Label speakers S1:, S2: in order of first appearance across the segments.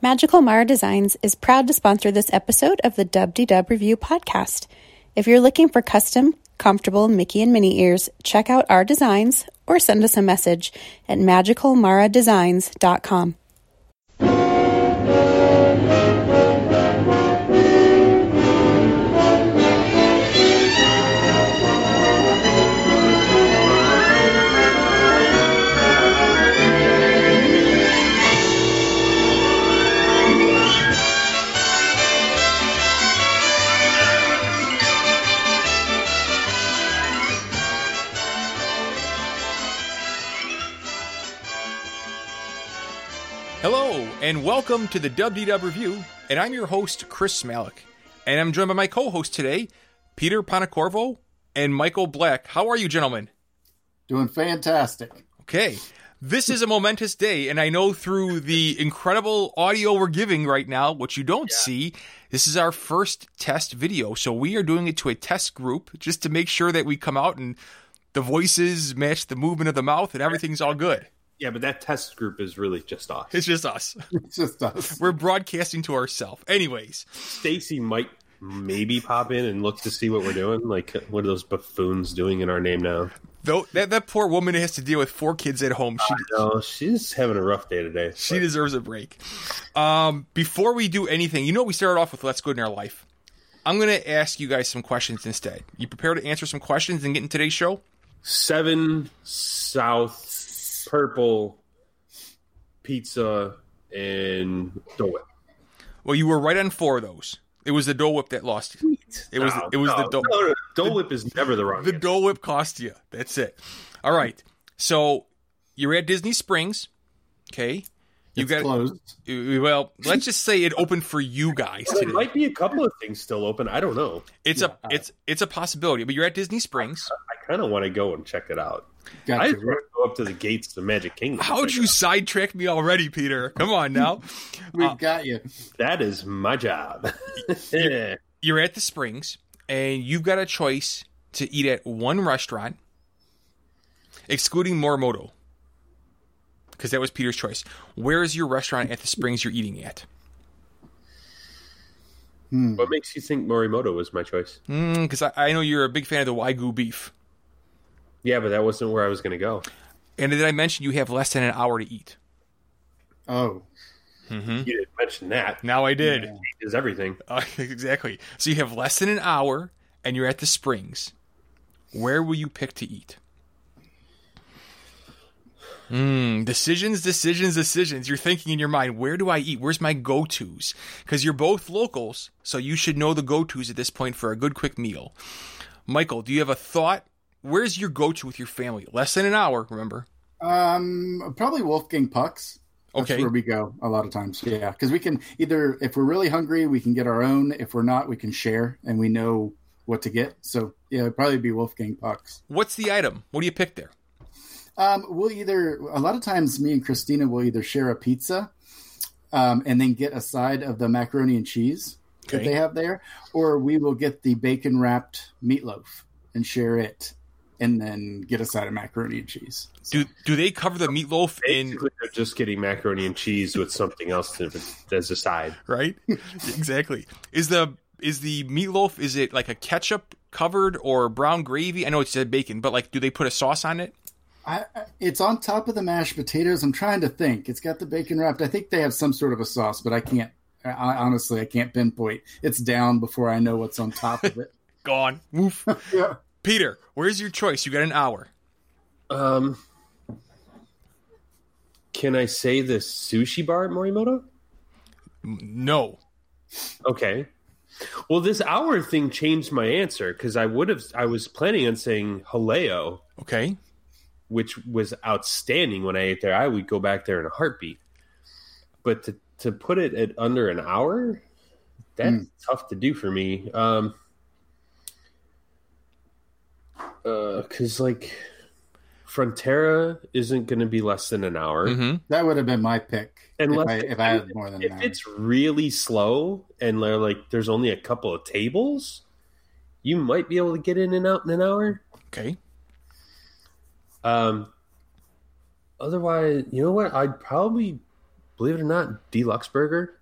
S1: Magical Mara Designs is proud to sponsor this episode of the Dub D Dub Review podcast. If you're looking for custom, comfortable Mickey and Minnie ears, check out our designs or send us a message at magicalmaradesigns.com.
S2: Hello, and welcome to the WDW Review, and I'm your host, Chris Malik. And I'm joined by my co host today, Peter Panacorvo and Michael Black. How are you, gentlemen?
S3: Doing fantastic.
S2: Okay. This is a momentous day, and I know through the incredible audio we're giving right now, what you don't see, this is our first test video. So we are doing it to a test group just to make sure that we come out and the voices match the movement of the mouth and everything's all good.
S4: Yeah, but that test group is really just us.
S2: It's just us.
S3: It's just us.
S2: We're broadcasting to ourselves. Anyways,
S4: Stacy might maybe pop in and look to see what we're doing. Like, what are those buffoons doing in our name now?
S2: Though that, that poor woman has to deal with four kids at home. She
S4: No, she's having a rough day today.
S2: she deserves a break. Um, before we do anything, you know we started off with let's go in our life. I'm gonna ask you guys some questions instead. You prepare to answer some questions and get in today's show?
S4: Seven South Purple Pizza and Dole Whip.
S2: Well, you were right on four of those. It was the Dole Whip that lost you. It was
S4: No,
S2: it was
S4: no,
S2: the Dole
S4: no, no, Dole Whip is never the wrong.
S2: the
S4: answer.
S2: Dole Whip cost you. That's it. All right. So you're at Disney Springs. Okay. You
S3: It's closed.
S2: well. Let's just say it opened for you guys
S4: There
S2: today.
S4: might be a couple of things still open. I don't know.
S2: It's a it's it's a possibility, but you're at Disney Springs.
S4: I kind of want to go and check it out. I
S3: Gotcha.
S4: just want to go up to the gates of the Magic Kingdom.
S2: How'd you sidetrack me already, Peter? Come on now.
S3: We've got you.
S4: That is my job. yeah.
S2: You're at the Springs, and you've got a choice to eat at one restaurant, excluding Morimoto, because that was Peter's choice. Where is your restaurant at the Springs you're eating at?
S4: What makes you think Morimoto was my choice?
S2: Hmm. Because I, I know you're a big fan of the Wagyu beef,
S4: Yeah, but that wasn't where I was going to go.
S2: and did I mention you have less than an hour to eat?
S3: Oh,
S4: You didn't mention that.
S2: Now I did.
S4: Is everything.
S2: Uh, exactly. So you have less than an hour, and you're at the Springs. Where will you pick to eat? Mm, decisions, decisions, decisions. You're thinking in your mind, where do I eat? Where's my go tos? Because you're both locals, so you should know the go tos at this point for a good quick meal. Michael, do you have a thought? Where's your go to with your family? Less than an hour, remember?
S3: um, probably Wolfgang Pucks. That's
S2: Okay.
S3: where we go a lot of times. Yeah, because we can either, if we're really hungry, we can get our own. If we're not, we can share, and we know what to get. So yeah, it'd probably be Wolfgang Pucks.
S2: What's the item? What do you pick there?
S3: Um, we'll either a lot of times me and Christina will either share a pizza, um, and then get a side of the macaroni and cheese that
S2: Okay.
S3: they have there, or we will get the bacon wrapped meatloaf and share it, and then get a side of macaroni and cheese.
S2: Do do they cover the meatloaf in
S4: Basically, they're just getting macaroni and cheese with something else to, as a side.
S2: right? exactly. Is the is the meatloaf is it like a ketchup covered or brown gravy? I know it said bacon, but like do they put a sauce on it?
S3: I, I- it's on top of the mashed potatoes. I'm trying to think. It's got the bacon wrapped. I think they have some sort of a sauce, but I can't. I, I honestly I can't pinpoint. It's down before I know what's on top of it.
S2: Gone. Woof.
S3: yeah.
S2: Peter, where's your choice? You got an hour.
S4: Um, can I say the sushi bar at Morimoto?
S2: No.
S4: Okay. Well, this hour thing changed my answer because I would have. I was planning on saying Haleo,
S2: Okay.
S4: which was outstanding when I ate there. I would go back there in a heartbeat. But to, to put it at under an hour, that's tough to do for me. Um, because uh, like Frontera isn't going to be less than an hour.
S2: Mm-hmm.
S3: That would have been my pick if
S4: Unless
S3: I if I had more than
S4: If
S3: that.
S4: it's really slow and they're like there's only a couple of tables, you might be able to get in and out in an hour.
S2: Okay.
S4: Um, otherwise, you know what? I'd probably believe it or not, deluxe burger.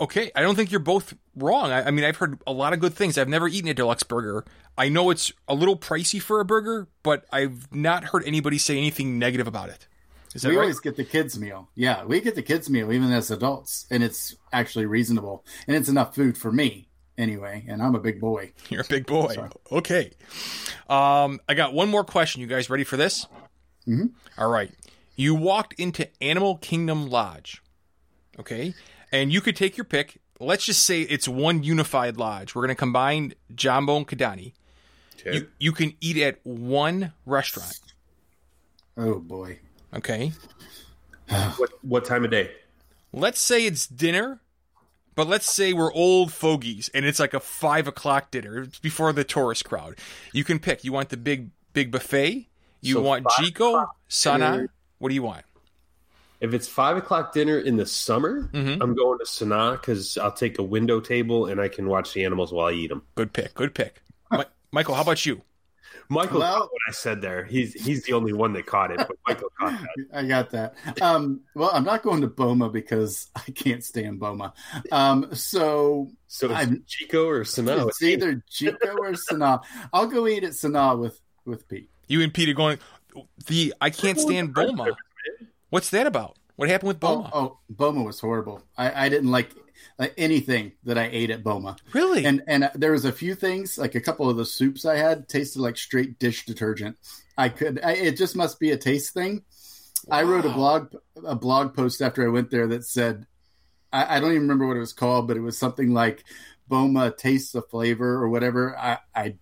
S2: Okay, I don't think you're both wrong. I, I mean, I've heard a lot of good things. I've never eaten a deluxe burger. I know it's a little pricey for a burger, but I've not heard anybody say anything negative about it. Is that
S3: we
S2: right?
S3: always get the kids meal. Yeah, we get the kids meal even as adults, and it's actually reasonable, and it's enough food for me anyway. And I'm a big boy.
S2: You're a big boy. Okay. Um, I got one more question. You guys ready for this? All right. You walked into Animal Kingdom Lodge. Okay. And you could take your pick. Let's just say it's one unified lodge. We're going to combine Jumbo and Kadani.
S4: Okay.
S2: You, you can eat at one restaurant.
S3: Oh boy.
S2: Okay.
S4: what what time of day?
S2: Let's say it's dinner, but let's say we're old fogies and it's like a five o'clock dinner it's before the tourist crowd. You can pick. You want the big big buffet? You
S4: So
S2: want
S4: five
S2: Jico,
S4: o'clock
S2: Sana?
S4: dinner.
S2: What do you want?
S4: If it's five o'clock dinner in the summer, I'm going to Sanaa because I'll take a window table and I can watch the animals while I eat them.
S2: Good pick. Good pick. Mi- Michael, how about you?
S4: Michael
S3: Well-
S4: caught what I said there. He's he's the only one that caught it, but Michael caught that.
S3: I got that. Um, well, I'm not going to Boma because I can't stand Boma. Um, so
S4: So it's
S3: I'm-
S4: Chico or Sanaa.
S3: it's either Chico or Sanaa. I'll go eat at Sanaa with with Pete.
S2: You and Peter going the I can't stand Boma. What's that about? What happened with Boma?
S3: Oh, oh, Boma was horrible. I, I didn't like uh, anything that I ate at Boma.
S2: really?
S3: And and uh, there was a few things, like a couple of the soups I had tasted like straight dish detergent. I could. I, it just must be a taste thing. I wrote a blog a blog post after I went there that said, I, I don't even remember what it was called, but it was something like Boma tastes the flavor or whatever. I I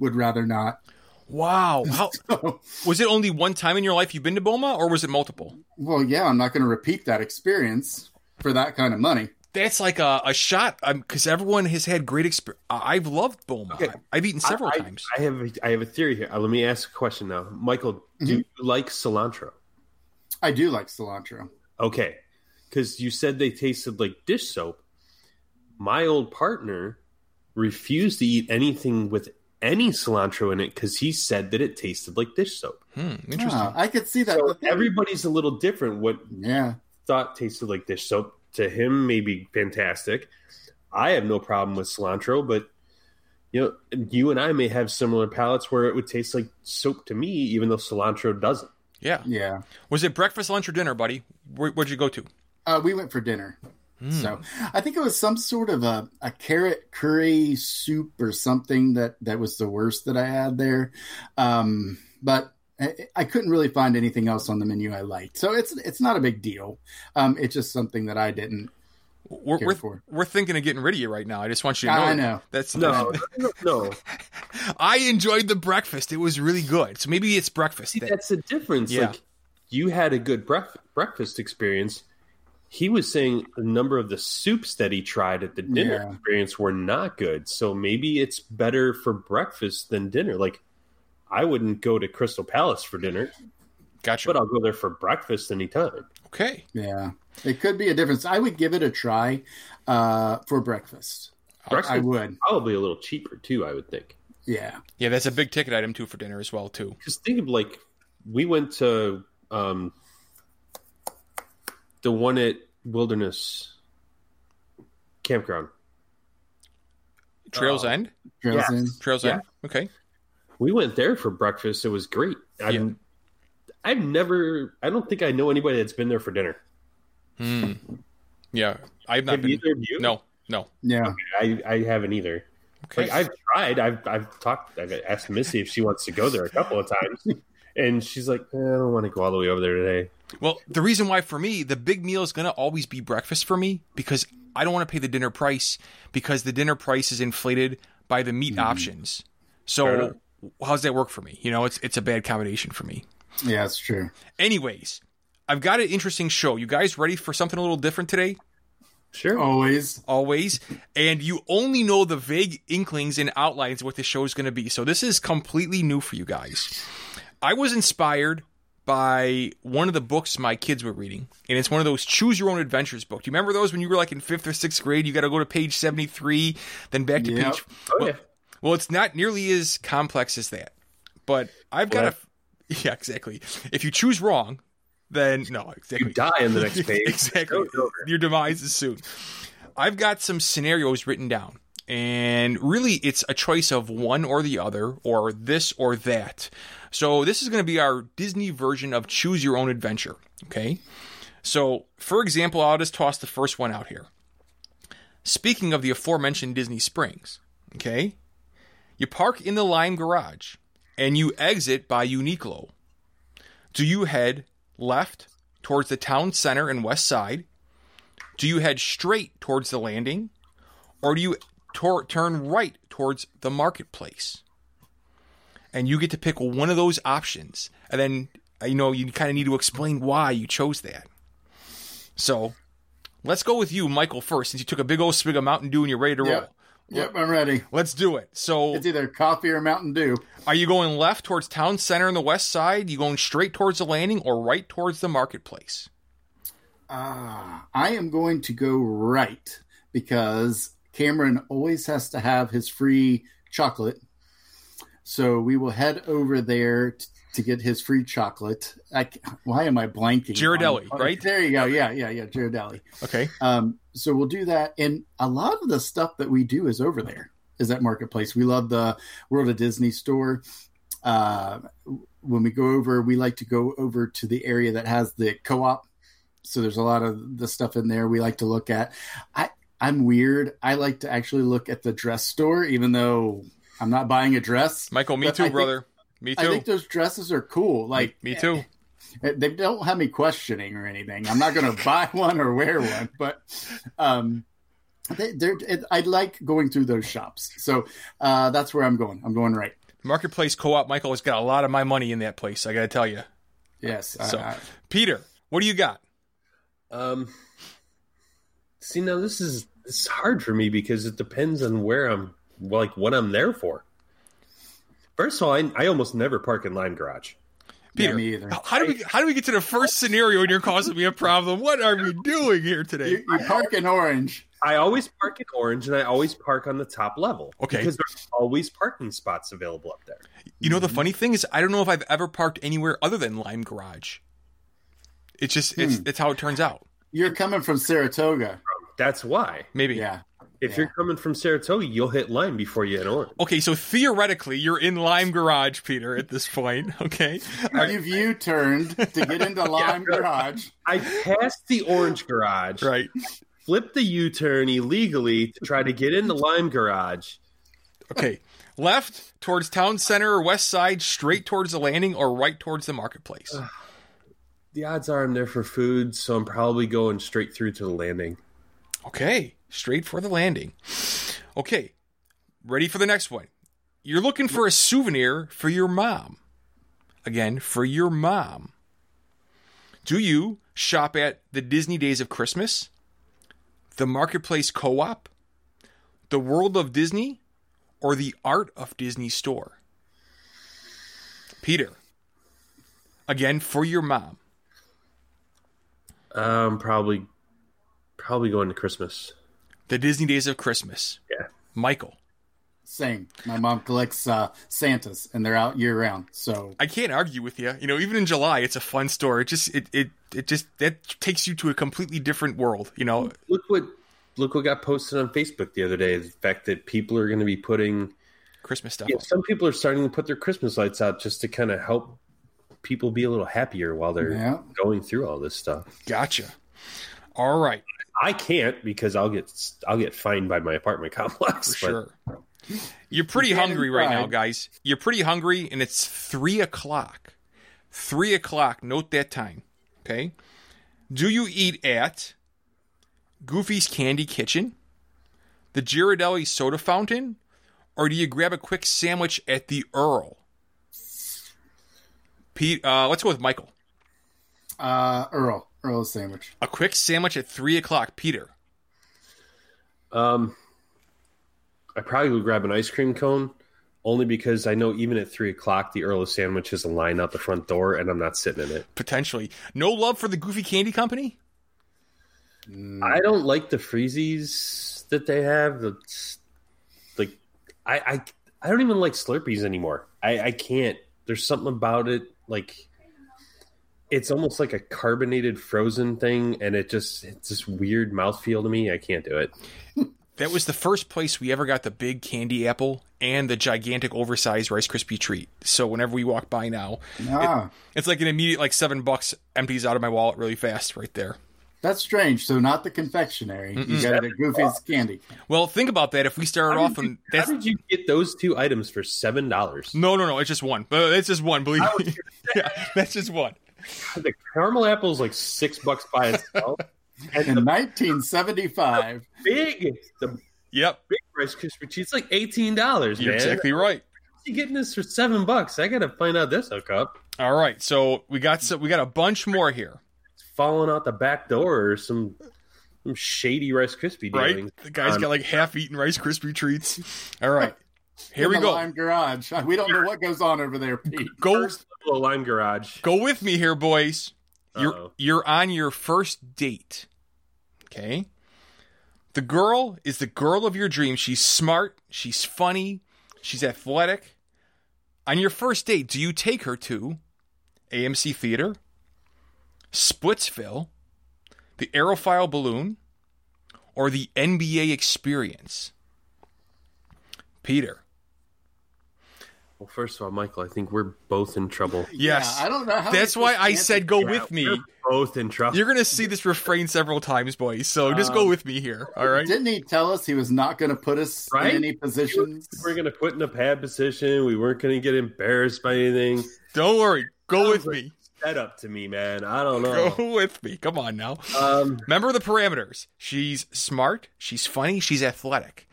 S3: would rather not.
S2: wow. How was it only one time in your life you've been to Boma or was it multiple?
S3: Well, yeah, I'm not going to repeat that experience for that kind of money.
S2: That's like a, a shot because everyone has had great experience. I've loved Boma.
S4: Okay.
S2: I've eaten several
S4: I,
S2: times.
S4: I have a, I have a theory here. Uh, Let me ask a question now, Michael. Do you like cilantro?
S3: I do like cilantro.
S4: Okay, because you said they tasted like dish soap. My old partner refused to eat anything with any cilantro in it because he said that it tasted like dish soap.
S2: hmm, interesting.
S3: Ah, I could see that. The
S4: So
S3: thing-
S4: everybody's a little different. What
S3: yeah.
S4: thought tasted like dish soap to him may be fantastic. I have no problem with cilantro, but you know, you and I may have similar palates where it would taste like soap to me, even though cilantro doesn't.
S2: yeah.
S3: Yeah.
S2: Was it breakfast, lunch, or dinner, buddy? Where, where'd you go to?
S3: Uh, we went for dinner. So I think it was some sort of a, a carrot curry soup or something that, that was the worst that I had there. Um, but I, I couldn't really find anything else on the menu I liked. So it's it's not a big deal. Um, it's just something that I didn't.
S2: We're,
S3: Care
S2: we're,
S3: for.
S2: we're thinking of getting rid of you right now. I just want you to know.
S3: I
S2: that.
S3: know.
S2: That's
S4: No, no, no.
S2: I enjoyed the breakfast. It was really good. So maybe it's breakfast.
S4: See,
S2: then.
S4: that's the difference.
S2: Yeah.
S4: Like you had a good bref- breakfast experience. He was saying a number of the soups that he tried at the dinner
S3: Yeah.
S4: experience were not good. So maybe it's better for breakfast than dinner. Like I wouldn't go to Crystal Palace for dinner,
S2: gotcha.
S4: but I'll go there for breakfast anytime.
S2: okay.
S3: Yeah. It could be a difference. I would give it a try uh, for breakfast.
S4: Breakfast
S3: I would.
S4: probably a little cheaper too, I would think.
S3: Yeah.
S2: Yeah, that's a big ticket item too for dinner as well too.
S4: Because think of like we went to um, the one at Wilderness Campground.
S2: Trails End.
S3: Trails
S4: Yeah.
S3: in.
S2: Trails
S4: Uh, Yeah.
S2: End. Okay.
S4: We went there for breakfast. It was great. I've,
S2: Yeah.
S4: I've never. I don't think I know anybody that's been there for dinner.
S2: Hmm. Yeah, I've not
S4: Have
S2: been.
S4: either of you?
S2: No, no.
S3: Yeah.
S4: I, I haven't either.
S2: Okay.
S4: Like I've tried. I've I've talked. I've asked Missy if she wants to go there a couple of times, and she's like, "Eh, I don't want to go all the way over there today.
S2: Well, the reason why for me, the big meal is going to always be breakfast for me because I don't want to pay the dinner price because the dinner price is inflated by the meat options.
S4: Mm-hmm. Fair
S2: So
S4: enough.
S2: how's that work for me? You know, it's it's a bad combination for me.
S3: Yeah, it's true.
S2: Anyways, I've got an interesting show. You guys ready for something a little different today?
S4: Sure.
S3: Always.
S2: always, and you only know the vague inklings and outlines of what the show is going to be. So this is completely new for you guys. I was inspired by one of the books my kids were reading, and it's one of those choose your own adventures book. Do you remember those when you were like in fifth or sixth grade? You got to go to page seventy three, then back to
S3: Yep.
S2: page.
S4: Oh, yeah.
S2: Well, it's not nearly as complex as that, but I've got a. Yeah, exactly. If you choose wrong, then no, exactly.
S4: You die on the next page.
S2: exactly.
S4: Show's over.
S2: Your demise is soon. I've got some scenarios written down, and really it's a choice of one or the other, or this or that. So this is going to be our Disney version of choose your own adventure. Okay. So, for example, I'll just toss the first one out here. Speaking of the aforementioned Disney Springs, okay, you park in the Lime Garage and you exit by Uniqlo. Do you head left towards the town center and west side? Do you head straight towards the landing? Or do you tor- turn right towards the marketplace? And you get to pick one of those options. And then, uh, you know, you kind of need to explain why you chose that. So let's go with you, Michael, first, since you took a big old swig of Mountain Dew and you're ready to roll.
S3: Yep. Yep, I'm ready.
S2: Let's do it. So
S3: It's either coffee or Mountain Dew.
S2: are you going left towards town center and the west side? You going straight towards the landing or right towards the marketplace?
S3: Ah, I am going to go right because Cameron always has to have his free chocolate. So we will head over there t- to get his free chocolate. I c why am I blanking?
S2: Ghirardelli,
S3: on- Oh,
S2: right?
S3: There you go. Yeah, yeah, yeah. Girardelli.
S2: Okay.
S3: Um, so we'll do that. And a lot of the stuff that we do is over there, is that marketplace. We love the World of Disney store. Uh, when we go over, we like to go over to the area that has the co op. So there's a lot of the stuff in there we like to look at. I, I'm weird. I like to actually look at the dress store, even though I'm not buying a dress.
S2: Michael, me
S3: But I
S2: too,
S3: think-
S2: brother. me
S3: I
S2: too.
S3: think those dresses are cool. Like
S2: me too.
S3: uh, they don't have me questioning or anything. I'm not going to buy one or wear one, but um, they, they're. It, I like going through those shops, so uh, that's where I'm going. I'm going right.
S2: Marketplace co-op Michael has got a lot of my money in that place, I got to tell you.
S3: Yes.
S2: So-
S3: I- I-
S2: Peter, what do you got?
S4: Um, see, now this is this is hard for me because it depends on where I'm, like what I'm there for. First of all, I, I almost never park in Lime Garage.
S2: Peter.
S3: yeah, me either.
S2: How do we how do we get to the first scenario and you're causing me a problem? What are we doing here
S3: You,
S2: today?
S3: you park in orange.
S4: I always park in orange, and I always park on the top level.
S2: Okay.
S4: because there's always parking spots available up there.
S2: You know the funny thing is I don't know if I've ever parked anywhere other than Lime Garage. It's just it's
S3: Hmm.
S2: it's how it turns out.
S3: You're coming from Saratoga.
S4: That's why.
S2: Maybe.
S3: Yeah.
S4: If you're coming from Saratoga, you'll hit Lime before you hit orange.
S2: Okay, so theoretically, you're in Lime Garage, Peter, at this point. Okay. All right.
S3: You've U turned to get into Lime Garage.
S4: I passed the orange garage,
S2: Right.
S4: flipped the U-turn illegally to try to get into Lime Garage.
S2: Okay. Left towards town center or west side, straight towards the landing, or right towards the marketplace.
S4: The odds are I'm there for food, so I'm probably going straight through to the landing.
S2: Okay. Straight for the landing. Okay. Ready for the next one. You're looking for a souvenir for your mom. Again, for your mom. Do you shop at the Disney Days of Christmas, the Marketplace Co op, the World of Disney, or the Art of Disney store? Peter. Again, for your mom.
S4: Um, probably, probably going to Christmas.
S2: The Disney Days of Christmas.
S4: Yeah.
S2: Michael.
S3: Same. My mom collects uh, Santas, and they're out year round. So
S2: I can't argue with you. You know, even in July, it's a fun store. It just it it it just that takes you to a completely different world. You know,
S4: Look what look what got posted on Facebook the other day. The fact that people are going to be putting
S2: Christmas stuff.
S4: Yeah, some people are starting to put their Christmas lights out just to kind of help people be a little happier while they're
S3: Yeah.
S4: going through all this stuff.
S2: Gotcha. All right,
S4: I can't because I'll get I'll get fined by my apartment complex.
S2: for
S4: but
S2: sure. uh, You're pretty
S3: Get
S2: hungry right now,
S3: inside.
S2: guys. You're pretty hungry, and it's three o'clock. Three o'clock. Note that time. Okay. Do you eat at Goofy's Candy Kitchen, the Girardelli Soda Fountain, or do you grab a quick sandwich at the Earl? Pete, uh, let's go with Michael.
S3: uh, Earl, Earl's sandwich.
S2: A quick sandwich at three o'clock, Peter.
S4: Um, I probably would grab an ice cream cone only because I know even at three o'clock the Earl of Sandwich is a line out the front door, and I'm not sitting in it.
S2: Potentially, no love for the Goofy Candy Company.
S4: I don't like the freezies that they have. The like, I I, I don't even like Slurpees anymore. I I can't. There's something about it. Like, it's almost like a carbonated frozen thing, and it just it's this weird mouthfeel to me. I can't do it.
S2: That was the first place we ever got the big candy apple and the gigantic oversized Rice Krispie treat. So whenever we walk by now,
S3: Ah,
S2: it's like an immediate like seven bucks empties out of my wallet really fast right there.
S3: that's strange. So not the confectionery. You got it at Goofy's Candy.
S2: Well, think about that. If we started
S4: How
S2: off
S4: did you-
S2: and that's
S4: How did you get those two items for seven dollars?
S2: no, no, no, it's just one. But it's just one. Believe me, yeah, that's just one.
S4: The caramel apple is like six bucks by itself, and
S3: In
S4: the
S3: 1975,
S4: big the
S2: Yep,
S4: big Rice Krispie treat's like eighteen dollars.
S2: you're
S4: man.
S2: exactly right.
S4: you getting this for seven bucks? I gotta find out this hookup.
S2: All right, so we got so we got a bunch more here,
S4: It's falling out the back door or some some shady Rice Krispie
S2: right?
S4: dealings.
S2: The guy's got like half-eaten Rice Krispie treats. All right, here
S3: in
S2: we
S3: the
S2: go.
S3: Lime Garage. We don't know what goes on over there, Pete.
S2: Go
S4: little lime garage.
S2: go with me here, boys. You're
S4: Uh-oh.
S2: you're on your first date. Okay? The girl is the girl of your dreams. She's smart, she's funny, she's athletic. On your first date, do you take her to AMC Theater, Splitsville, the Aerofile Balloon, or the NBA Experience? Peter.
S4: Well, first of all, Michael, I think we're both in trouble.
S2: Yes.
S3: Yeah, I don't know. How
S2: That's
S3: we're
S2: why
S3: supposed
S2: I
S3: to
S2: said
S3: answer-
S2: go with me.
S4: We're both in trouble.
S2: You're gonna see this refrain several times, boys. So just
S4: Um,
S2: go with me here. All right.
S3: Didn't he tell us he was not going to put us
S4: Right?
S3: in any positions?
S4: We we're gonna put in a pad position. We weren't gonna get embarrassed by anything.
S2: Don't worry. Go with me.
S4: That up to me, man. I don't know.
S2: Go with me. Come on now.
S4: Um,
S2: Remember the parameters. She's smart. She's funny. She's athletic.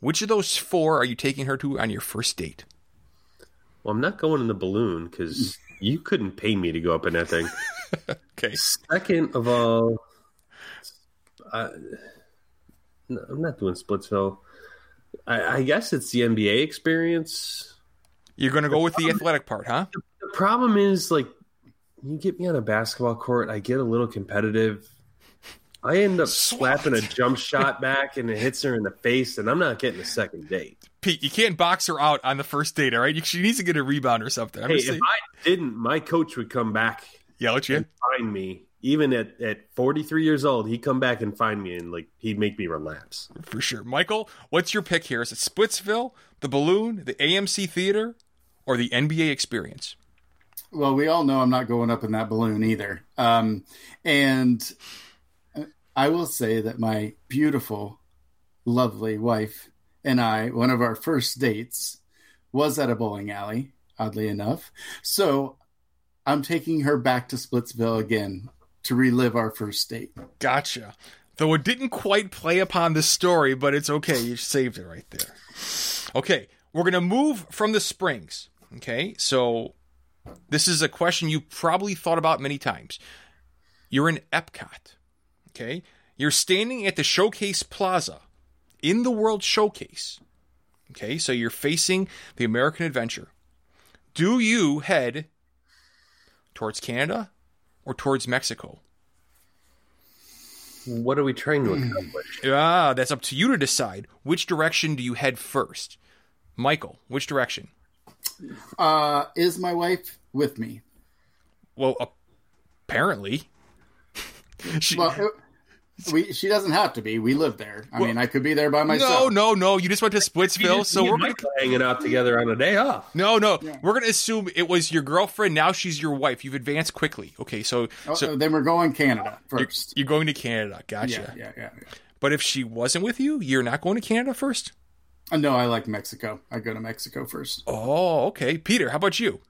S2: Which of those four are you taking her to on your first date?
S4: well, I'm not going in the balloon because you couldn't pay me to go up in that thing.
S2: Okay.
S4: Second of all, I, no, I'm not doing Splitsville. I, I guess it's the NBA experience.
S2: You're gonna go with the athletic part, huh?
S4: The problem is, like, you get me on a basketball court, I get a little competitive. I end up slapping a jump shot back and it hits her in the face, and I'm not getting a second date.
S2: Pete, you can't box her out on the first date, all right? You- She needs to get a rebound or something. I'm
S4: Hey,
S2: just
S4: if
S2: saying,
S4: I didn't, my coach would come back
S2: yell at you.
S4: and find me. Even at, at 43 years old, he'd come back and find me, and like he'd make me relapse.
S2: for sure. Michael, what's your pick here? Is it Splitsville, the balloon, the AMC theater, or the NBA experience?
S3: Well, we all know I'm not going up in that balloon either. Um, and I will say that my beautiful, lovely wife and I, one of our first dates, was at a bowling alley, oddly enough. So I'm taking her back to Splitsville again to relive our first date.
S2: Gotcha. Though it didn't quite play upon the story, but it's okay. You saved it right there. Okay, we're going to move from the springs. Okay, so this is a question you probably thought about many times. You're in Epcot. Okay, you're standing at the Showcase Plaza in the World Showcase. Okay, so you're facing the American Adventure. Do you head towards Canada or towards Mexico?
S4: What are we trying to
S2: Hmm.
S4: accomplish?
S2: Ah, that's up to you to decide. Which direction do you head first? Michael, which direction?
S3: Uh, is my wife with me?
S2: Well, apparently. She-
S3: Well, it- we, she doesn't have to be. We live there. I mean, I could be there by myself.
S2: no, no, no. You just went to Splitsville, so
S4: Me
S2: we're
S4: and
S2: gonna,
S4: Michael hanging out together on a day off.
S2: no, no. We're gonna assume it was your girlfriend. Now she's your wife. You've advanced quickly. Okay, so
S3: Oh,
S2: so
S3: then we're going Canada first.
S2: you're going to Canada. Gotcha.
S3: Yeah, yeah, yeah. yeah.
S2: But if she wasn't with you, you're not going to Canada first.
S3: Uh, No, I like Mexico. I go to Mexico first.
S2: Oh, okay. Peter, how about you?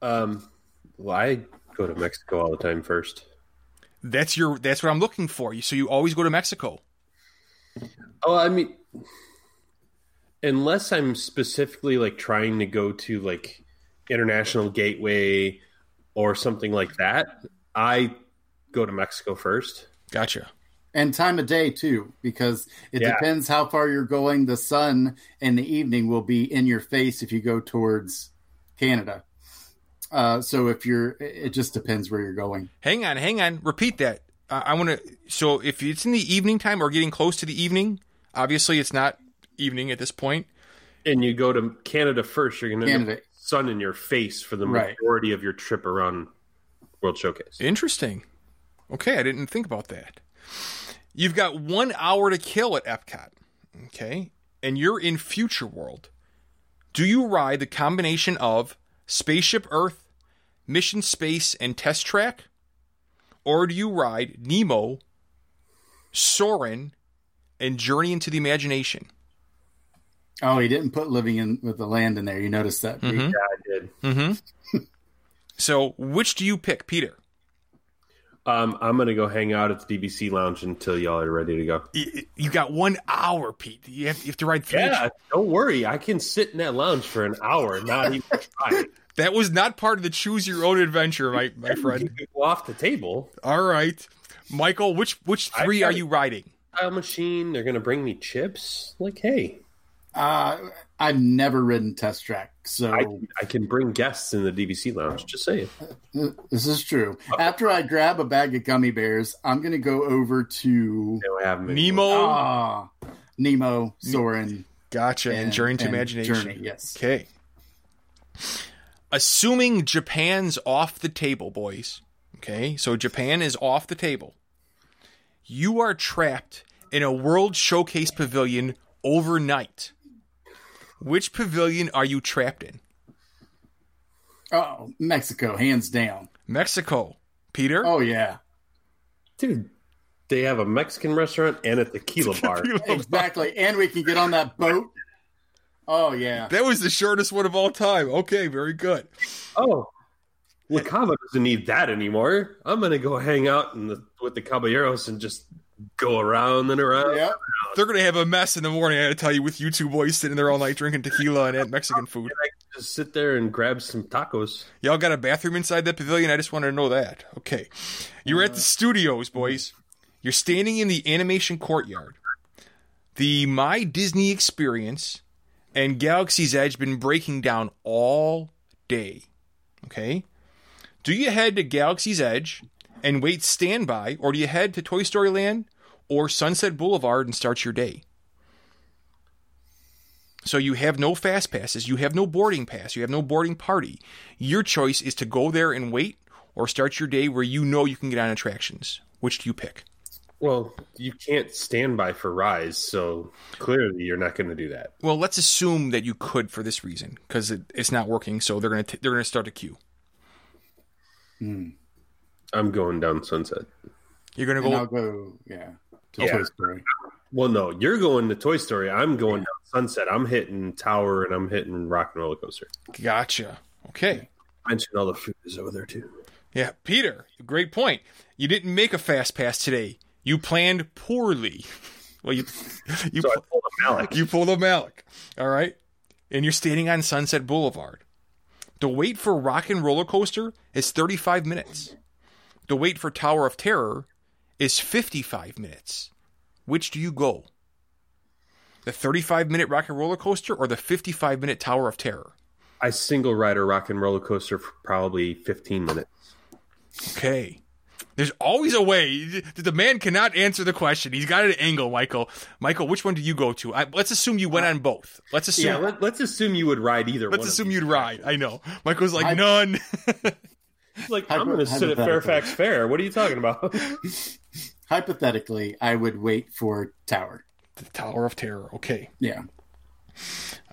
S4: Um, well, I go to Mexico all the time first.
S2: That's your. That's what I'm looking for. You. So you always go to Mexico.
S4: Oh, I mean, unless I'm specifically like trying to go to like International Gateway or something like that, I go to Mexico first.
S2: Gotcha.
S3: And time of day, too, because it
S4: Yeah.
S3: depends how far you're going. The sun and the evening will be in your face if you go towards Canada. Uh, so if you're, it it just depends where you're going.
S2: Hang on, hang on. Repeat that. Uh, I want to. So, if it's in the evening time or getting close to the evening, obviously it's not evening at this point.
S4: And you go to Canada first, you're going to
S3: Canada.
S4: sun in your face for the
S3: Right.
S4: majority of your trip around
S5: World Showcase.
S2: Interesting. Okay, I didn't think about that. You've got one hour to kill at Epcot. Okay, and you're in Future World. Do you ride the combination of Spaceship Earth, Mission Space, and Test Track? Or do you ride Nemo, Soren, and Journey into the Imagination?
S3: Oh, he didn't put living in with the land in there. You noticed that? Pete?
S5: Yeah, I did.
S2: Mm-hmm. so, which do you pick, Peter?
S5: Um, I'm gonna go hang out at the BBC Lounge until y'all are ready to go.
S2: You, you got one hour, Pete. You have, you have to ride three.
S5: Yeah, don't worry. I can sit in that lounge for an hour, not even try.
S2: That was not part of the choose your own adventure, my, my
S5: You
S2: friend.
S5: can go off the table.
S2: All right. Michael, which which
S5: I've
S2: three
S5: got
S2: are
S5: it.
S2: you riding?
S5: Tile machine. They're gonna bring me chips. Like, hey,
S3: Uh, I've never ridden test track, so
S5: I, I can bring guests in the DVC lounge. Just saying.
S3: this is true. After I grab a bag of gummy bears, I'm going to go over to
S5: They don't have me.
S2: Nemo,
S3: ah Nemo, Soren,
S2: gotcha, and, Journey to
S3: and
S2: Imagination.
S3: Journey, yes.
S2: Okay. Assuming Japan's off the table, boys. Okay, so Japan is off the table. You are trapped in a World Showcase pavilion overnight. Which pavilion are you trapped in?
S3: Oh, Mexico, hands down.
S2: Mexico, Peter.
S3: Oh yeah,
S5: dude. They have a Mexican restaurant and a tequila bar.
S3: exactly. and we can get on that boat. Oh yeah.
S2: That was the shortest one of all time. Okay, very good.
S5: Oh, La Cava doesn't need that anymore. I'm gonna go hang out in the, with the Caballeros and just go around and around.
S3: Yep.
S2: They're gonna have a mess in the morning. I gotta tell you, with you two boys sitting there all night drinking tequila and eating Mexican food.
S5: Just sit there and grab some tacos.
S2: Y'all got a bathroom inside that pavilion? I just wanted to know that. Okay, you're at the studios, boys. You're standing in the animation courtyard. The My Disney Experience and Galaxy's Edge been breaking down all day. Okay, do you head to Galaxy's Edge and wait standby, or do you head to Toy Story Land or Sunset Boulevard and start your day? So you have no fast passes, you have no boarding pass, you have no boarding party. Your choice is to go there and wait or start your day where you know you can get on attractions. Which do you pick?
S5: Well, you can't stand by for Rise, so clearly you're not going to do that.
S2: Well, let's assume that you could for this reason because it, it's not working, so they're going to they're going to start a queue.
S5: I'm going down Sunset.
S2: You're going to
S3: And I'll
S2: go
S3: go. Yeah. To
S5: Yeah.
S3: Toy Story.
S5: Well, no, you're going to Toy Story. I'm going down Sunset. I'm hitting Tower and I'm hitting Rock and Roller Coaster.
S2: gotcha. Okay.
S5: Mention all the food is over there too.
S2: Yeah, Peter, great point. You didn't make a fast pass today. You planned poorly. Well, you you
S5: So I
S2: pl-
S5: pulled a Malik.
S2: You pulled a Malik. All right. And you're standing on Sunset Boulevard. The wait for Rock and Roller Coaster is 35 minutes. The wait for Tower of Terror is 55 minutes. Which do you go? The 35 minute Rock and Roller Coaster or the 55 minute Tower of Terror?
S5: I single rider Rock and Roller Coaster for probably 15 minutes.
S2: Okay. There's always a way. The the man cannot answer the question. He's got an angle, Michael. Michael, which one do you go to? I, let's assume you went on both. Let's assume.
S5: yeah, let, let's assume you would ride either one.
S2: Let's
S5: of
S2: assume
S5: these.
S2: you'd ride. I know. Michael's like,
S3: I-
S2: none.
S5: Like,
S3: Hypo-
S5: I'm going to sit at
S3: hypothetically.
S5: Fairfax Fair. What are you talking about?
S3: Hypothetically, I would wait for Tower.
S2: the Tower of Terror. Okay.
S3: Yeah.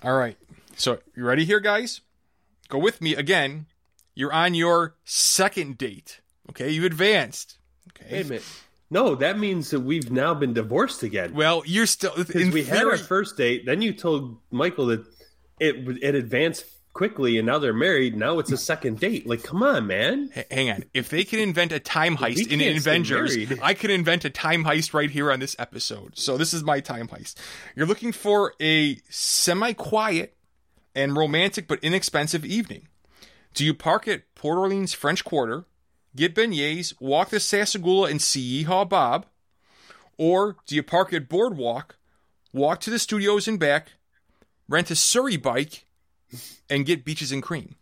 S2: All right. So, you ready here, guys? Go with me again. You're on your second date. Okay. You've advanced. Okay.
S5: Wait a minute. No, that means that we've now been divorced again.
S2: Well, you're still.
S5: Because
S2: In
S5: we had our
S2: theory-
S5: first date. Then you told Michael that it w- it advanced quickly, and now they're married. Now it's a second date. Like, come on, man.
S2: H- Hang on. If they can invent a time heist in
S5: can't stay
S2: Avengers,
S5: married.
S2: I can invent a time heist right here on this episode. So this is my time heist. You're looking for a semi-quiet and romantic but inexpensive evening. Do you park at Port Orleans French Quarter, get beignets, walk the Sasagula and see Yeehaw Bob, or do you park at Boardwalk, walk to the studios and back, rent a Surrey bike, and get beaches and cream?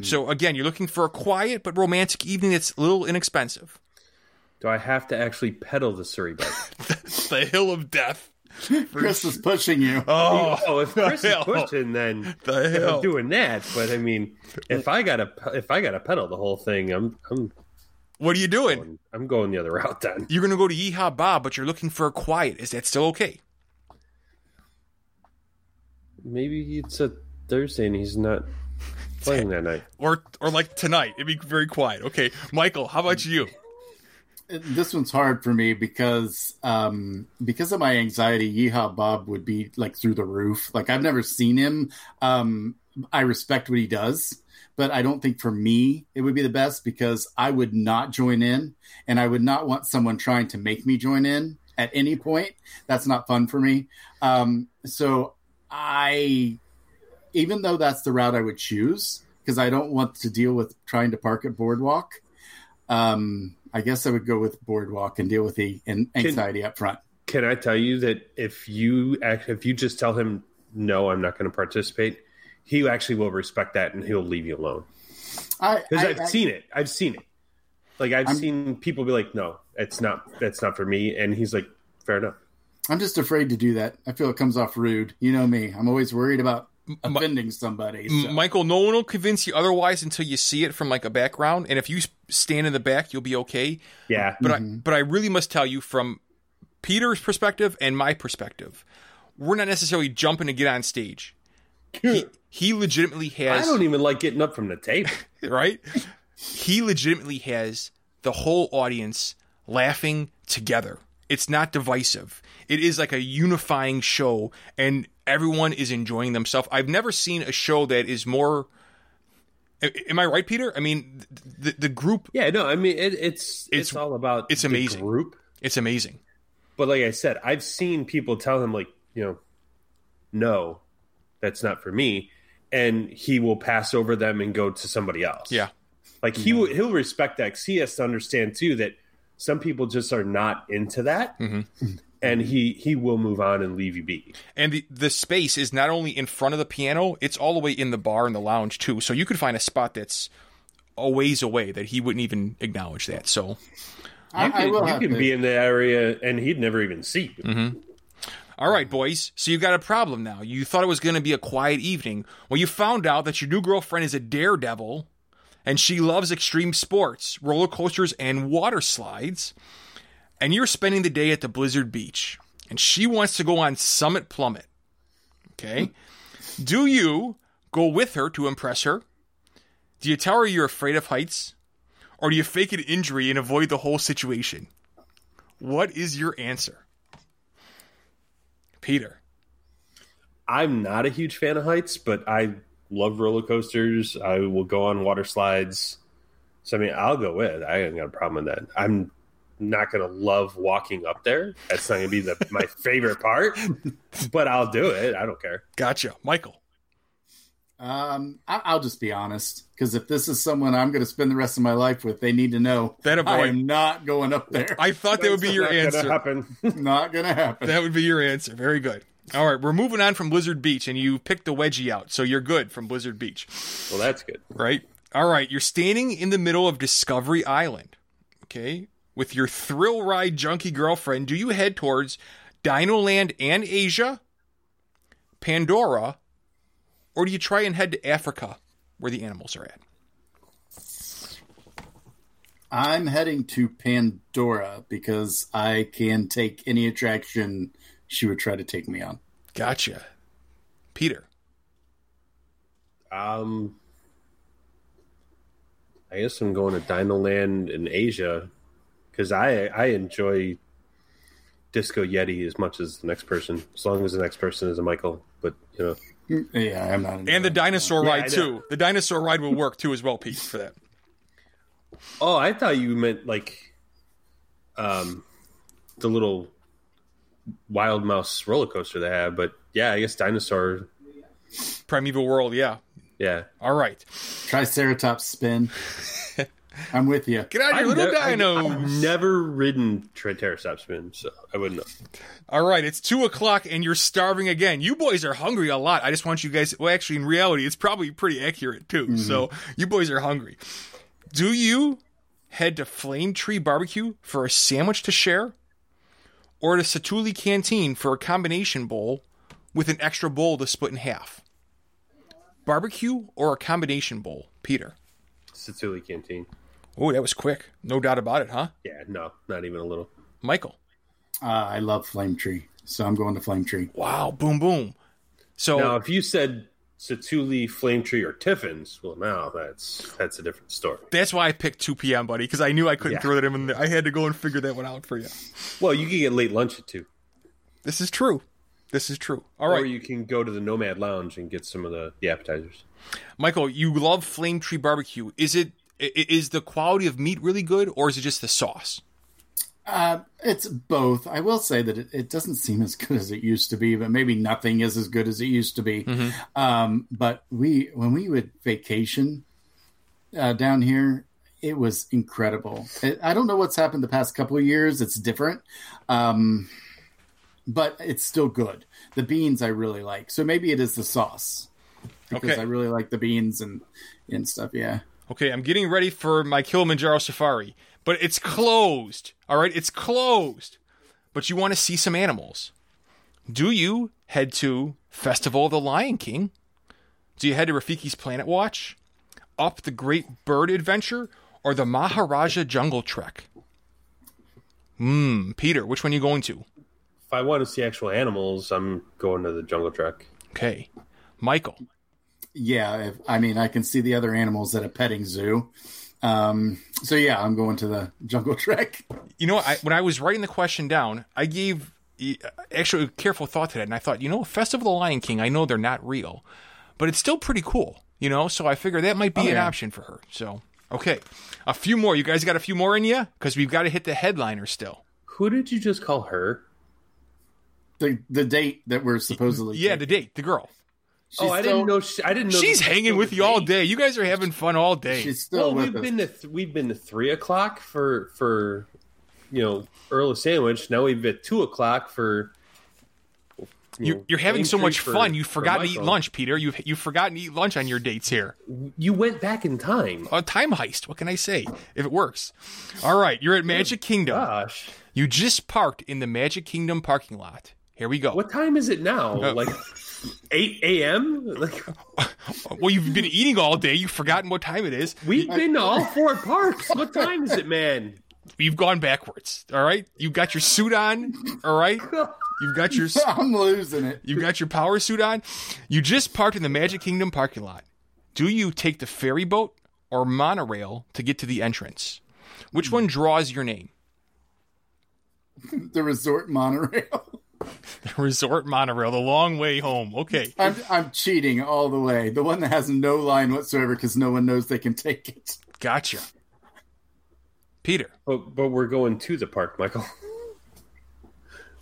S2: So again, you're looking for a quiet but romantic evening that's a little inexpensive.
S5: Do I have to actually pedal the Surrey bike?
S2: the hill of death.
S3: Chris is pushing you.
S2: Oh,
S5: oh, if Chris is
S2: hell.
S5: pushing, then
S2: The
S5: I'm
S2: hell.
S5: doing that. But I mean, if I got to if I got to pedal the whole thing, I'm I'm
S2: What are you doing?
S5: going, I'm going the other route then.
S2: You're gonna go to Yeehaw Bob, but you're looking for a quiet. Is that still okay?
S5: Maybe it's a Thursday and he's not playing that night.
S2: Or or like tonight? It'd be very quiet. Okay, Michael, how about you?
S3: This one's hard for me because um, because of my anxiety, Yeehaw Bob would be like through the roof. Like I've never seen him. Um, I respect what he does, but I don't think for me it would be the best because I would not join in, and I would not want someone trying to make me join in at any point. That's not fun for me. Um, so I, even though that's the route I would choose, because I don't want to deal with trying to park at Boardwalk. Um, I guess I would go with Boardwalk and deal with the an- anxiety up front.
S5: Can I tell you that if you act, if you just tell him no, I'm not going to participate, he actually will respect that and he'll leave you alone.
S3: I,
S5: Because
S3: I-
S5: I've
S3: I-
S5: seen it. I've seen it. Like I've
S3: I'm-
S5: seen people be like, "No, it's not. That's not for me." And he's like, "Fair enough."
S3: I'm just afraid to do that. I feel it comes off rude. You know me. I'm always worried about
S2: Mi-
S3: offending somebody.
S2: M-
S3: so-
S2: Michael, no one will convince you otherwise until you see it from like a background. And if you s- stand in the back, you'll be okay.
S5: Yeah,
S2: But I but I really must tell you from Peter's perspective and my perspective, we're not necessarily jumping to get on stage. He, he legitimately
S5: I
S2: has
S5: don't even like getting up from the table.
S2: right? He legitimately has the whole audience laughing together. It's not divisive. It is like a unifying show, and everyone is enjoying themselves. I've never seen a show that is more. A- Am I right, Peter? I mean, th- the, the group,
S5: Yeah, no, I mean it, it's, it's
S2: It's-
S5: all about
S2: it's
S5: the
S2: amazing.
S5: group.
S2: it's amazing.
S5: But like I said, I've seen people tell him like, you know, no, that's not for me, and he will pass over them and go to somebody else.
S2: Yeah.
S5: like he will he'll respect that. 'cause He has to understand too that some people just are not into that,
S2: Mhm.
S5: and he he will move on and leave you be.
S2: And the, the space is not only in front of the piano, it's all the way in the bar and the lounge, too. So you could find a spot that's a ways away that he wouldn't even acknowledge that. So,
S3: I,
S5: you
S3: I
S5: can,
S3: will
S5: you
S3: have
S5: can
S3: to-
S5: be in the area and he'd never even see you.
S2: All right, boys. So you got a problem now. You thought it was going to be a quiet evening. Well, you found out that your new girlfriend is a daredevil and she loves extreme sports, roller coasters, and water slides. And you're spending the day at the Blizzard Beach. And she wants to go on Summit Plummet. Okay. Do you go with her to impress her? Do you tell her you're afraid of heights? Or do you fake an injury and avoid the whole situation? What is your answer? Peter.
S5: I'm not a huge fan of heights, but I love roller coasters. I will go on water slides. So I mean, I'll go with. I ain't got a problem with that. I'm not gonna love walking up there. That's not gonna be the, my favorite part, but I'll do it. I don't care.
S2: Gotcha. Michael.
S3: Um, I, I'll just be honest because if this is someone I'm going to spend the rest of my life with, they need to know
S2: That a boy.
S3: I am not going up there.
S2: I thought that would be your
S5: Not gonna
S2: answer.
S5: happen.
S3: not going to happen.
S2: That would be your answer. Very good. All right, we're moving on from Blizzard Beach, and you picked the wedgie out, so you're good from Blizzard Beach,
S5: well, that's good.
S2: right? All right, you're standing in the middle of Discovery Island, okay, with your thrill ride junkie girlfriend. Do you head towards Dinoland and Asia, Pandora, or do you try and head to Africa, where the animals are at?
S3: I'm heading to Pandora because I can take any attraction she would try to take me on.
S2: Gotcha, Peter.
S5: Um, I guess I'm going to Dinoland in Asia because I I enjoy Disco Yeti as much as the next person, as long as the next person is a Michael. But you know,
S3: Yeah, I'm not. into
S2: And the
S3: that.
S2: dinosaur
S5: Yeah, I
S2: ride
S5: know.
S2: too. The dinosaur ride will work too as well, Pete, for that.
S5: oh, I thought you meant like, um, the little wild mouse roller coaster they have. But yeah, I guess dinosaur.
S2: Primeval World, yeah.
S5: Yeah,
S2: All right.
S3: Triceratops spin. I'm with you.
S2: Get out of your little
S5: I've never- I've-
S2: dinos.
S5: I've never ridden Triceratops, man, so I wouldn't know.
S2: All right, it's two o'clock and you're starving again. You boys are hungry a lot. I just want you guys. Well, actually, in reality, it's probably pretty accurate too. So you boys are hungry. Do you head to Flame Tree Barbecue for a sandwich to share, or to Satuli Canteen for a combination bowl with an extra bowl to split in half? Barbecue or a combination bowl, Peter?
S4: Satuli Canteen.
S2: Oh, that was quick. No doubt about it, huh?
S4: Yeah, no, not even a little.
S2: Michael.
S3: Uh, I love Flame Tree, so I'm going to Flame Tree.
S2: Wow, boom, boom. So
S4: Now, if you said Satuli, Flame Tree, or Tiffin's, well, now that's that's a different story.
S2: that's why I picked 2 p.m., buddy, because I knew I couldn't
S4: Yeah.
S2: throw that in there. I had to go and figure that one out for you.
S4: Well, you can get late lunch at two,
S2: This is true. This is true. All
S4: or
S2: right,
S4: you can go to the Nomad Lounge and get some of the, the appetizers.
S2: Michael, you love Flame Tree Barbecue. Is it i- i- is the quality of meat really good, or is it just the sauce?
S3: Uh, it's both. I will say that it, it doesn't seem as good as it used to be, but maybe nothing is as good as it used to be. Um, but we, when we would vacation uh, down here, it was incredible. It, I don't know what's happened the past couple of years. It's different, um, but it's still good. The beans I really like, so maybe it is the sauce because
S2: Okay.
S3: I really like the beans and and stuff. Yeah.
S2: Okay, I'm getting ready for my Kilimanjaro safari, but it's closed. All right, it's closed. But you want to see some animals. Do you head to Festival of the Lion King? Do you head to Rafiki's Planet Watch? Up the Great Bird Adventure or the Maharaja Jungle Trek? Hmm, Peter, which one are you going to?
S4: If I want to see actual animals, I'm going to the Jungle Trek.
S2: Okay. Michael.
S3: yeah if, i mean i can see the other animals at a petting zoo um so yeah i'm going to the jungle trek
S2: you know, I, when I was writing the question down, I gave e- actually careful thought to that, and I thought, you know, Festival of the Lion King. I know they're not real, but it's still pretty cool, you know. So I figure that
S4: Oh,
S2: might be an
S3: yeah.
S2: option for her. So okay, a few more. You guys got a few more in you because we've got to hit the headliner still.
S4: Who did you just call her?
S3: the the date that we're supposedly
S2: Yeah, the date, the girl.
S3: She's
S4: oh, I
S3: still-
S4: didn't know. She, I didn't know.
S2: She's
S4: this was
S2: hanging
S4: still
S2: with
S4: the
S2: you all
S4: date.
S2: day. You guys are having fun all day.
S3: she's still
S4: Well, we've
S3: with us
S4: been to th- we've been to three o'clock for for you know Earl of Sandwich. Now we've been at two o'clock for. you
S2: you're,
S4: know,
S2: you're having
S4: Main
S2: so much
S4: Street for-
S2: fun. You
S4: for
S2: forgot to eat
S4: Michael.
S2: lunch, Peter. You've you've forgotten to eat lunch on your dates here.
S4: You went back in time.
S2: A time heist. What can I say? If it works. All right, you're at Magic Kingdom.
S4: Gosh,
S2: You just parked in the Magic Kingdom parking lot. Here we go.
S4: what time is it now?
S2: Oh.
S4: Like eight a.m. Like
S2: Well, you've been eating all day. You've forgotten what time it is.
S4: we've been to all four parks. What time is it, man?
S2: You've gone backwards. All right. You've got your suit on. All right. You've got your
S3: i'm losing it
S2: you've got your power suit on. You just parked in the Magic Kingdom parking lot. Do you take the ferry boat or monorail to get to the entrance? Which one draws your name?
S3: the resort monorail
S2: Resort monorail, the long way home. Okay.
S3: I'm, I'm cheating all the way the one that has no line whatsoever because no one knows they can take it
S2: Gotcha. Peter.
S4: But but we're going to the park, Michael.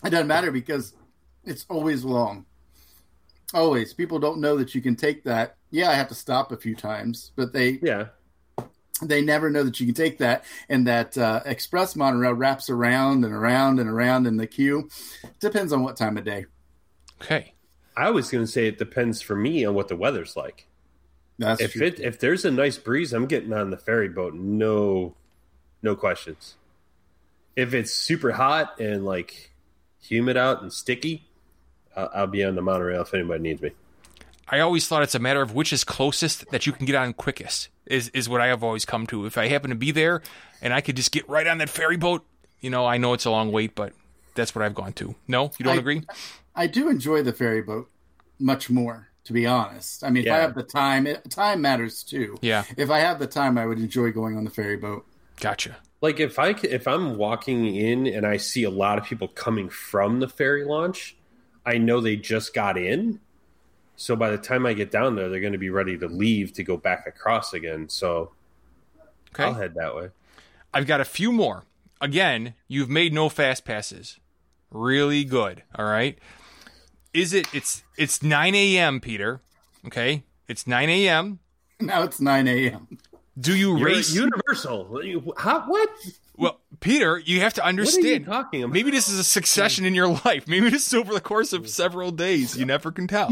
S3: it doesn't matter because it's always long always people don't know that you can take that yeah i have to stop a few times but they
S4: Yeah,
S3: they never know that you can take that and that uh, express monorail wraps around and around and around in the queue depends on what time of day
S2: Okay.
S4: I was going to say it depends for me on what the weather's like.
S3: that's
S4: if
S3: true.
S4: it if there's a nice breeze, I'm getting on the ferry boat. No, no questions. If it's super hot and like humid out and sticky, I'll, I'll be on the monorail if anybody needs me.
S2: I always thought it's a matter of which is closest that you can get on quickest is is what I have always come to. If I happen to be there and I could just get right on that ferry boat, you know, I know it's a long wait, but that's what I've gone to. No, you don't
S3: I-
S2: agree?
S3: i do enjoy the ferry boat much more to be honest i mean if i
S4: Yeah.
S3: have the time it, time matters too
S2: Yeah.
S3: if i have the time i would enjoy going on the ferry boat
S2: Gotcha.
S4: Like if I c- if I'm walking in and I see a lot of people coming from the ferry launch, I know they just got in. So by the time I get down there, they're going to be ready to leave to go back across again. So
S2: Okay.
S4: I'll head that way.
S2: I've got a few more. Again, you've made no fast passes. Really good. All right. Is it it's it's nine AM, Peter. Okay? It's nine AM.
S3: now it's 9 a.m
S2: Do you
S4: You're
S2: race
S4: Universal. You- How, what?
S2: Well, Peter, you have to
S4: What are you
S2: understand.
S4: talking about?
S2: Maybe this is a succession in your life. Maybe this is over the course of several days. You never can tell.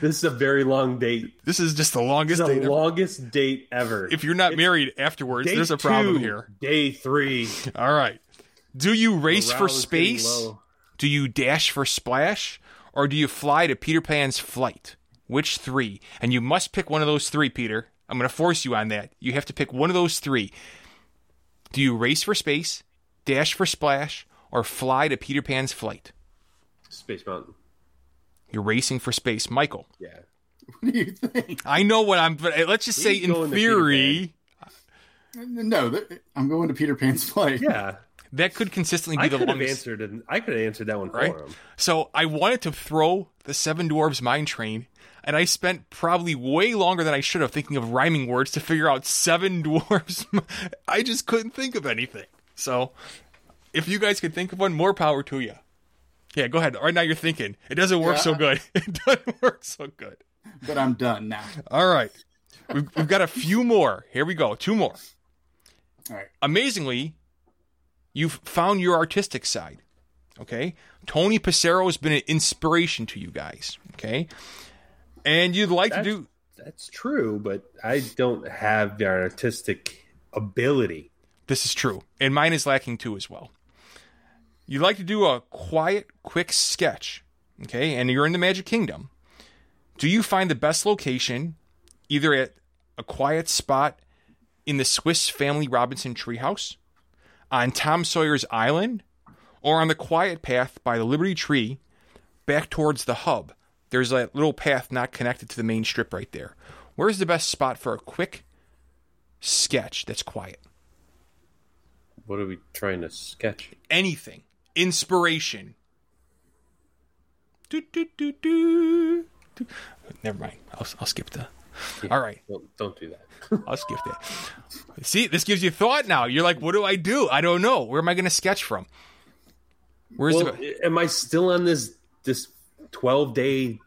S4: This is a very long date.
S2: This is just the
S4: It's
S2: longest
S4: the
S2: date. ever.
S4: longest date ever.
S2: If you're not married afterwards,
S4: Day
S2: there's a problem
S4: two,
S2: here.
S4: Day three.
S2: All right. Do you race for
S4: morale is getting
S2: space
S4: low.
S2: Do you dash for splash, or do you fly to Peter Pan's flight? Which three? And you must pick one of those three, Peter. I'm going to force you on that. You have to pick one of those three. Do you race for space, dash for splash, or fly to Peter Pan's flight?
S4: Space Mountain.
S2: You're racing for space, Michael.
S4: Yeah.
S3: What do you think?
S2: I know what I'm, but eh, let's just say
S4: He's
S2: in
S4: going to
S2: theory
S3: No, th- I'm going to Peter Pan's flight.
S4: Yeah.
S2: that could consistently
S4: I
S2: be the
S4: could have
S2: longest.
S4: answered and I could have answered that one for
S2: Right?
S4: him.
S2: So I wanted to throw the Seven Dwarves Mine Train, and I spent probably way longer than I should have thinking of rhyming words to figure out Seven Dwarves. I just couldn't think of anything. So if you guys could think of one, more power to you. Yeah, go ahead. Right now you're thinking. It doesn't work so
S3: Yeah.
S2: good. It doesn't work so good.
S3: But I'm done now.
S2: All right. We've, we've got a few more. Here we go. Two more.
S3: All right.
S2: amazingly, you've found your artistic side. Okay? Tony Passero has been an inspiration to you guys. Okay? And you'd like
S4: That's,
S2: to do.
S4: that's true, but I don't have the artistic ability.
S2: This is true. And mine is lacking too as well. You'd like to do a quiet, quick sketch. Okay? And you're in the Magic Kingdom. Do you find the best location either at a quiet spot in the Swiss Family Robinson treehouse, on Tom Sawyer's Island, or on the quiet path by the Liberty Tree back towards the hub? There's that little path not connected to the main strip right there. Where's the best spot for a quick sketch that's quiet?
S4: What are we trying to sketch?
S2: anything. Inspiration. Do, do, do, do. Do. Never mind. I'll, I'll skip the. All right.
S4: Don't, don't do that.
S2: I'll skip that. See, this gives you thought now. You're like, what do I do? I don't know. Where am I going to sketch from? Where's
S4: well,
S2: the.
S4: am I still on this this twelve day?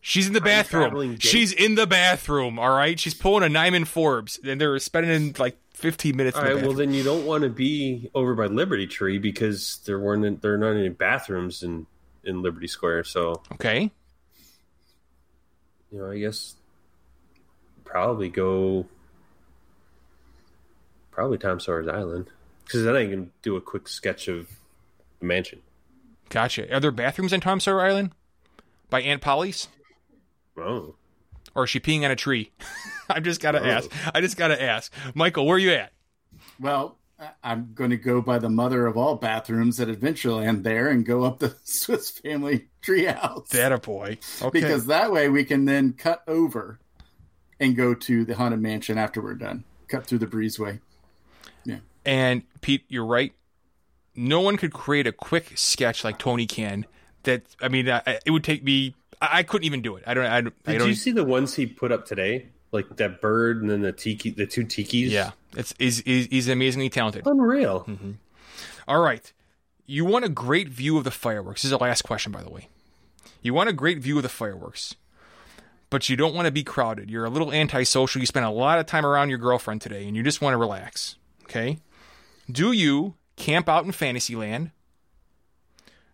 S2: She's in the
S4: traveling
S2: bathroom.
S4: date.
S2: She's in the bathroom. All right. She's pulling a Nyman Forbes, and they're spending like 15 minutes
S4: All
S2: in the
S4: right. Well,
S2: bathroom.
S4: then you don't want to be over by Liberty Tree because there weren't there are not any bathrooms in in Liberty Square. So
S2: okay.
S4: you know, I guess probably go probably Tom Sawyer's Island because then I can do a quick sketch of the mansion.
S2: Gotcha. Are there bathrooms on Tom Sawyer Island? By Aunt Polly's?
S4: Oh,
S2: or is she peeing on a tree? I've just got to
S4: Oh.
S2: ask. I just got to ask. Michael, where you at?
S3: Well, I- I'm going to go by the mother of all bathrooms at Adventureland there and go up the Swiss Family Treehouse.
S2: That a boy. Okay.
S3: because that way we can then cut over and go to the Haunted Mansion after we're done. Cut through the breezeway.
S2: and Pete, you're right. No one could create a quick sketch like Tony can. That I mean, I, it would take me. I, I couldn't even do it. I don't. I, don't- I
S4: did
S2: don't. e-,
S4: you see the ones he put up today? Like that bird and then the tiki, the two tikis.
S2: yeah, it's is is he's amazingly talented.
S4: unreal.
S2: All right. You want a great view of the fireworks. This is the last question, by the way. You want a great view of the fireworks, but you don't want to be crowded. You're a little antisocial. You spent a lot of time around your girlfriend today and you just want to relax. Okay? Do you camp out in Fantasyland?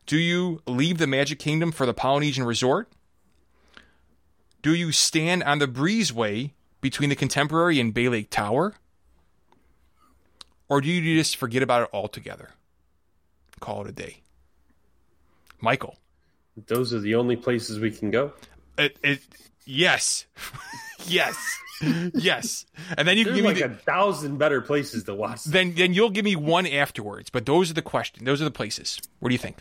S2: Do you leave the Magic Kingdom for the Polynesian Resort? Do you stand on the breezeway between the Contemporary and Bay Lake Tower? or do you just forget about it altogether? Call it a day. Michael.
S4: Those are the only places we can go.
S2: It, it, yes. yes. yes. And then you can
S4: There's
S2: give
S4: like
S2: me the,
S4: a thousand better places to watch.
S2: then then you'll give me one afterwards, but those are the question. Those are the places. What do you think?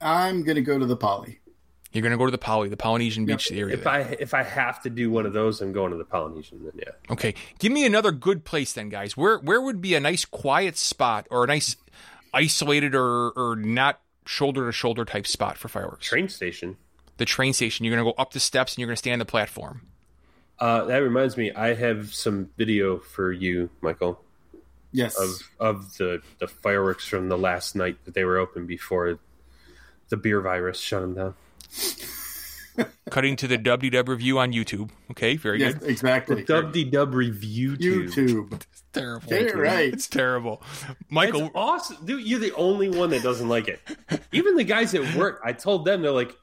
S3: I'm going to go to the Poly.
S2: You're going to go to the Poly, the Polynesian Beach area.
S4: If
S2: there.
S4: I if I have to do one of those, I'm going to the Polynesian. Then yeah,
S2: okay. Give me another good place then, guys. Where where would be a nice quiet spot or a nice isolated or or not shoulder to shoulder type spot for fireworks?
S4: train station.
S2: The train station. You're going to go up the steps and you're going to stand on the platform.
S4: Uh, that reminds me, I have some video for you, Michael,
S3: Yes.
S4: of of the the fireworks from the last night that they were open before the beer virus shut them down.
S2: cutting to the WW review on YouTube. Okay, very
S3: yes,
S2: good.
S3: exactly.
S4: Dub Dub review tube.
S3: YouTube.
S2: Terrible.
S3: Get it right.
S2: It's terrible.
S4: It's
S2: Michael,
S4: awesome, dude. You're the only one that doesn't like it. Even the guys at work, I told them they're like,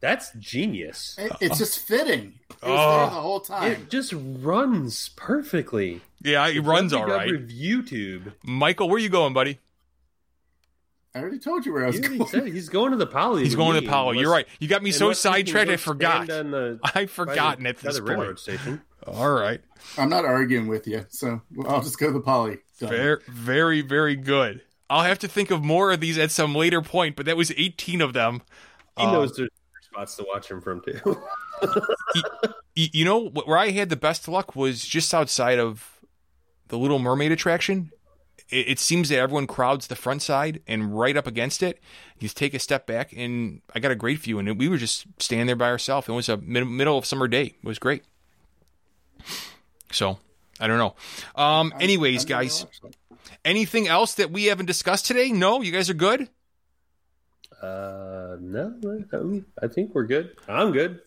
S4: "That's genius."
S3: It- it's just fitting. It was
S2: Oh.
S3: there the whole time.
S4: It just runs perfectly.
S2: yeah, it runs all
S4: Dub
S2: right.
S4: Review tube.
S2: Michael, where you going, buddy?
S3: I already told you where I was
S4: He already
S3: going.
S4: said he's going to the poly.
S2: He's
S4: with
S2: going to
S4: me,
S2: the Powell. You're
S4: unless-
S2: right. You got me so
S4: unless he can
S2: sidetracked.
S4: go
S2: I forgot.
S4: stand on the-
S2: I've forgotten
S4: by
S2: at this
S4: by the
S2: point.
S4: railroad station.
S2: All right.
S3: I'm not arguing with you, so I'll just go to the poly. Done.
S2: Very, very, very good. I'll have to think of more of these at some later point, but that was 18 of them.
S4: He
S2: Uh,
S4: knows there's spots to watch him from too.
S2: Y- You know, wh- where I had the best luck was just outside of the Little Mermaid attraction. It, it seems that everyone crowds the front side and right up against it. You just take a step back, and I got a great view. And we were just standing there by ourselves. It was a mid- middle of summer day. It was great. So I don't know. Um,
S3: I-
S2: anyways,
S3: I'm gonna
S2: guys,
S3: watch that.
S2: anything else that we haven't discussed today? No, you guys are good.
S4: Uh, no, I- I'm- I think we're good. I'm good.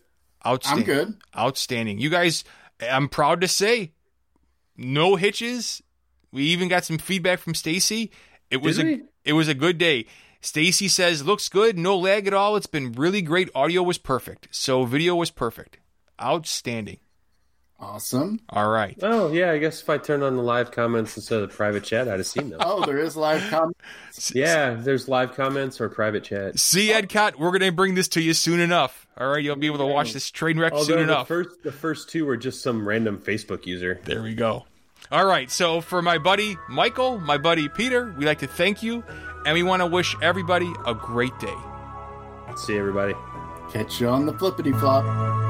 S2: Outstanding.
S3: I'm good.
S2: Outstanding. You guys, I'm proud to say, no hitches. We even got some feedback from Stacy. It was
S4: Did
S2: a
S4: we?
S2: it was a good day. Stacy says, "Looks good, no lag at all. It's been really great. Audio was perfect, so video was perfect. Outstanding.
S3: Awesome.
S2: All right.
S4: Oh yeah, I guess if I turned on the live comments instead of the private chat, I'd have seen them.
S3: Oh, there is live comment.
S4: yeah, there's live comments or private chat.
S2: See, Edcott, we're gonna bring this to you soon enough. All right, you'll be able to watch this train wreck
S4: Although
S2: soon
S4: the
S2: enough.
S4: first, the first two were just some random Facebook user.
S2: There we go. All right. So, for my buddy Michael, my buddy Peter, we'd like to thank you and we want to wish everybody a great day.
S4: See everybody.
S3: Catch you on the flippity flop.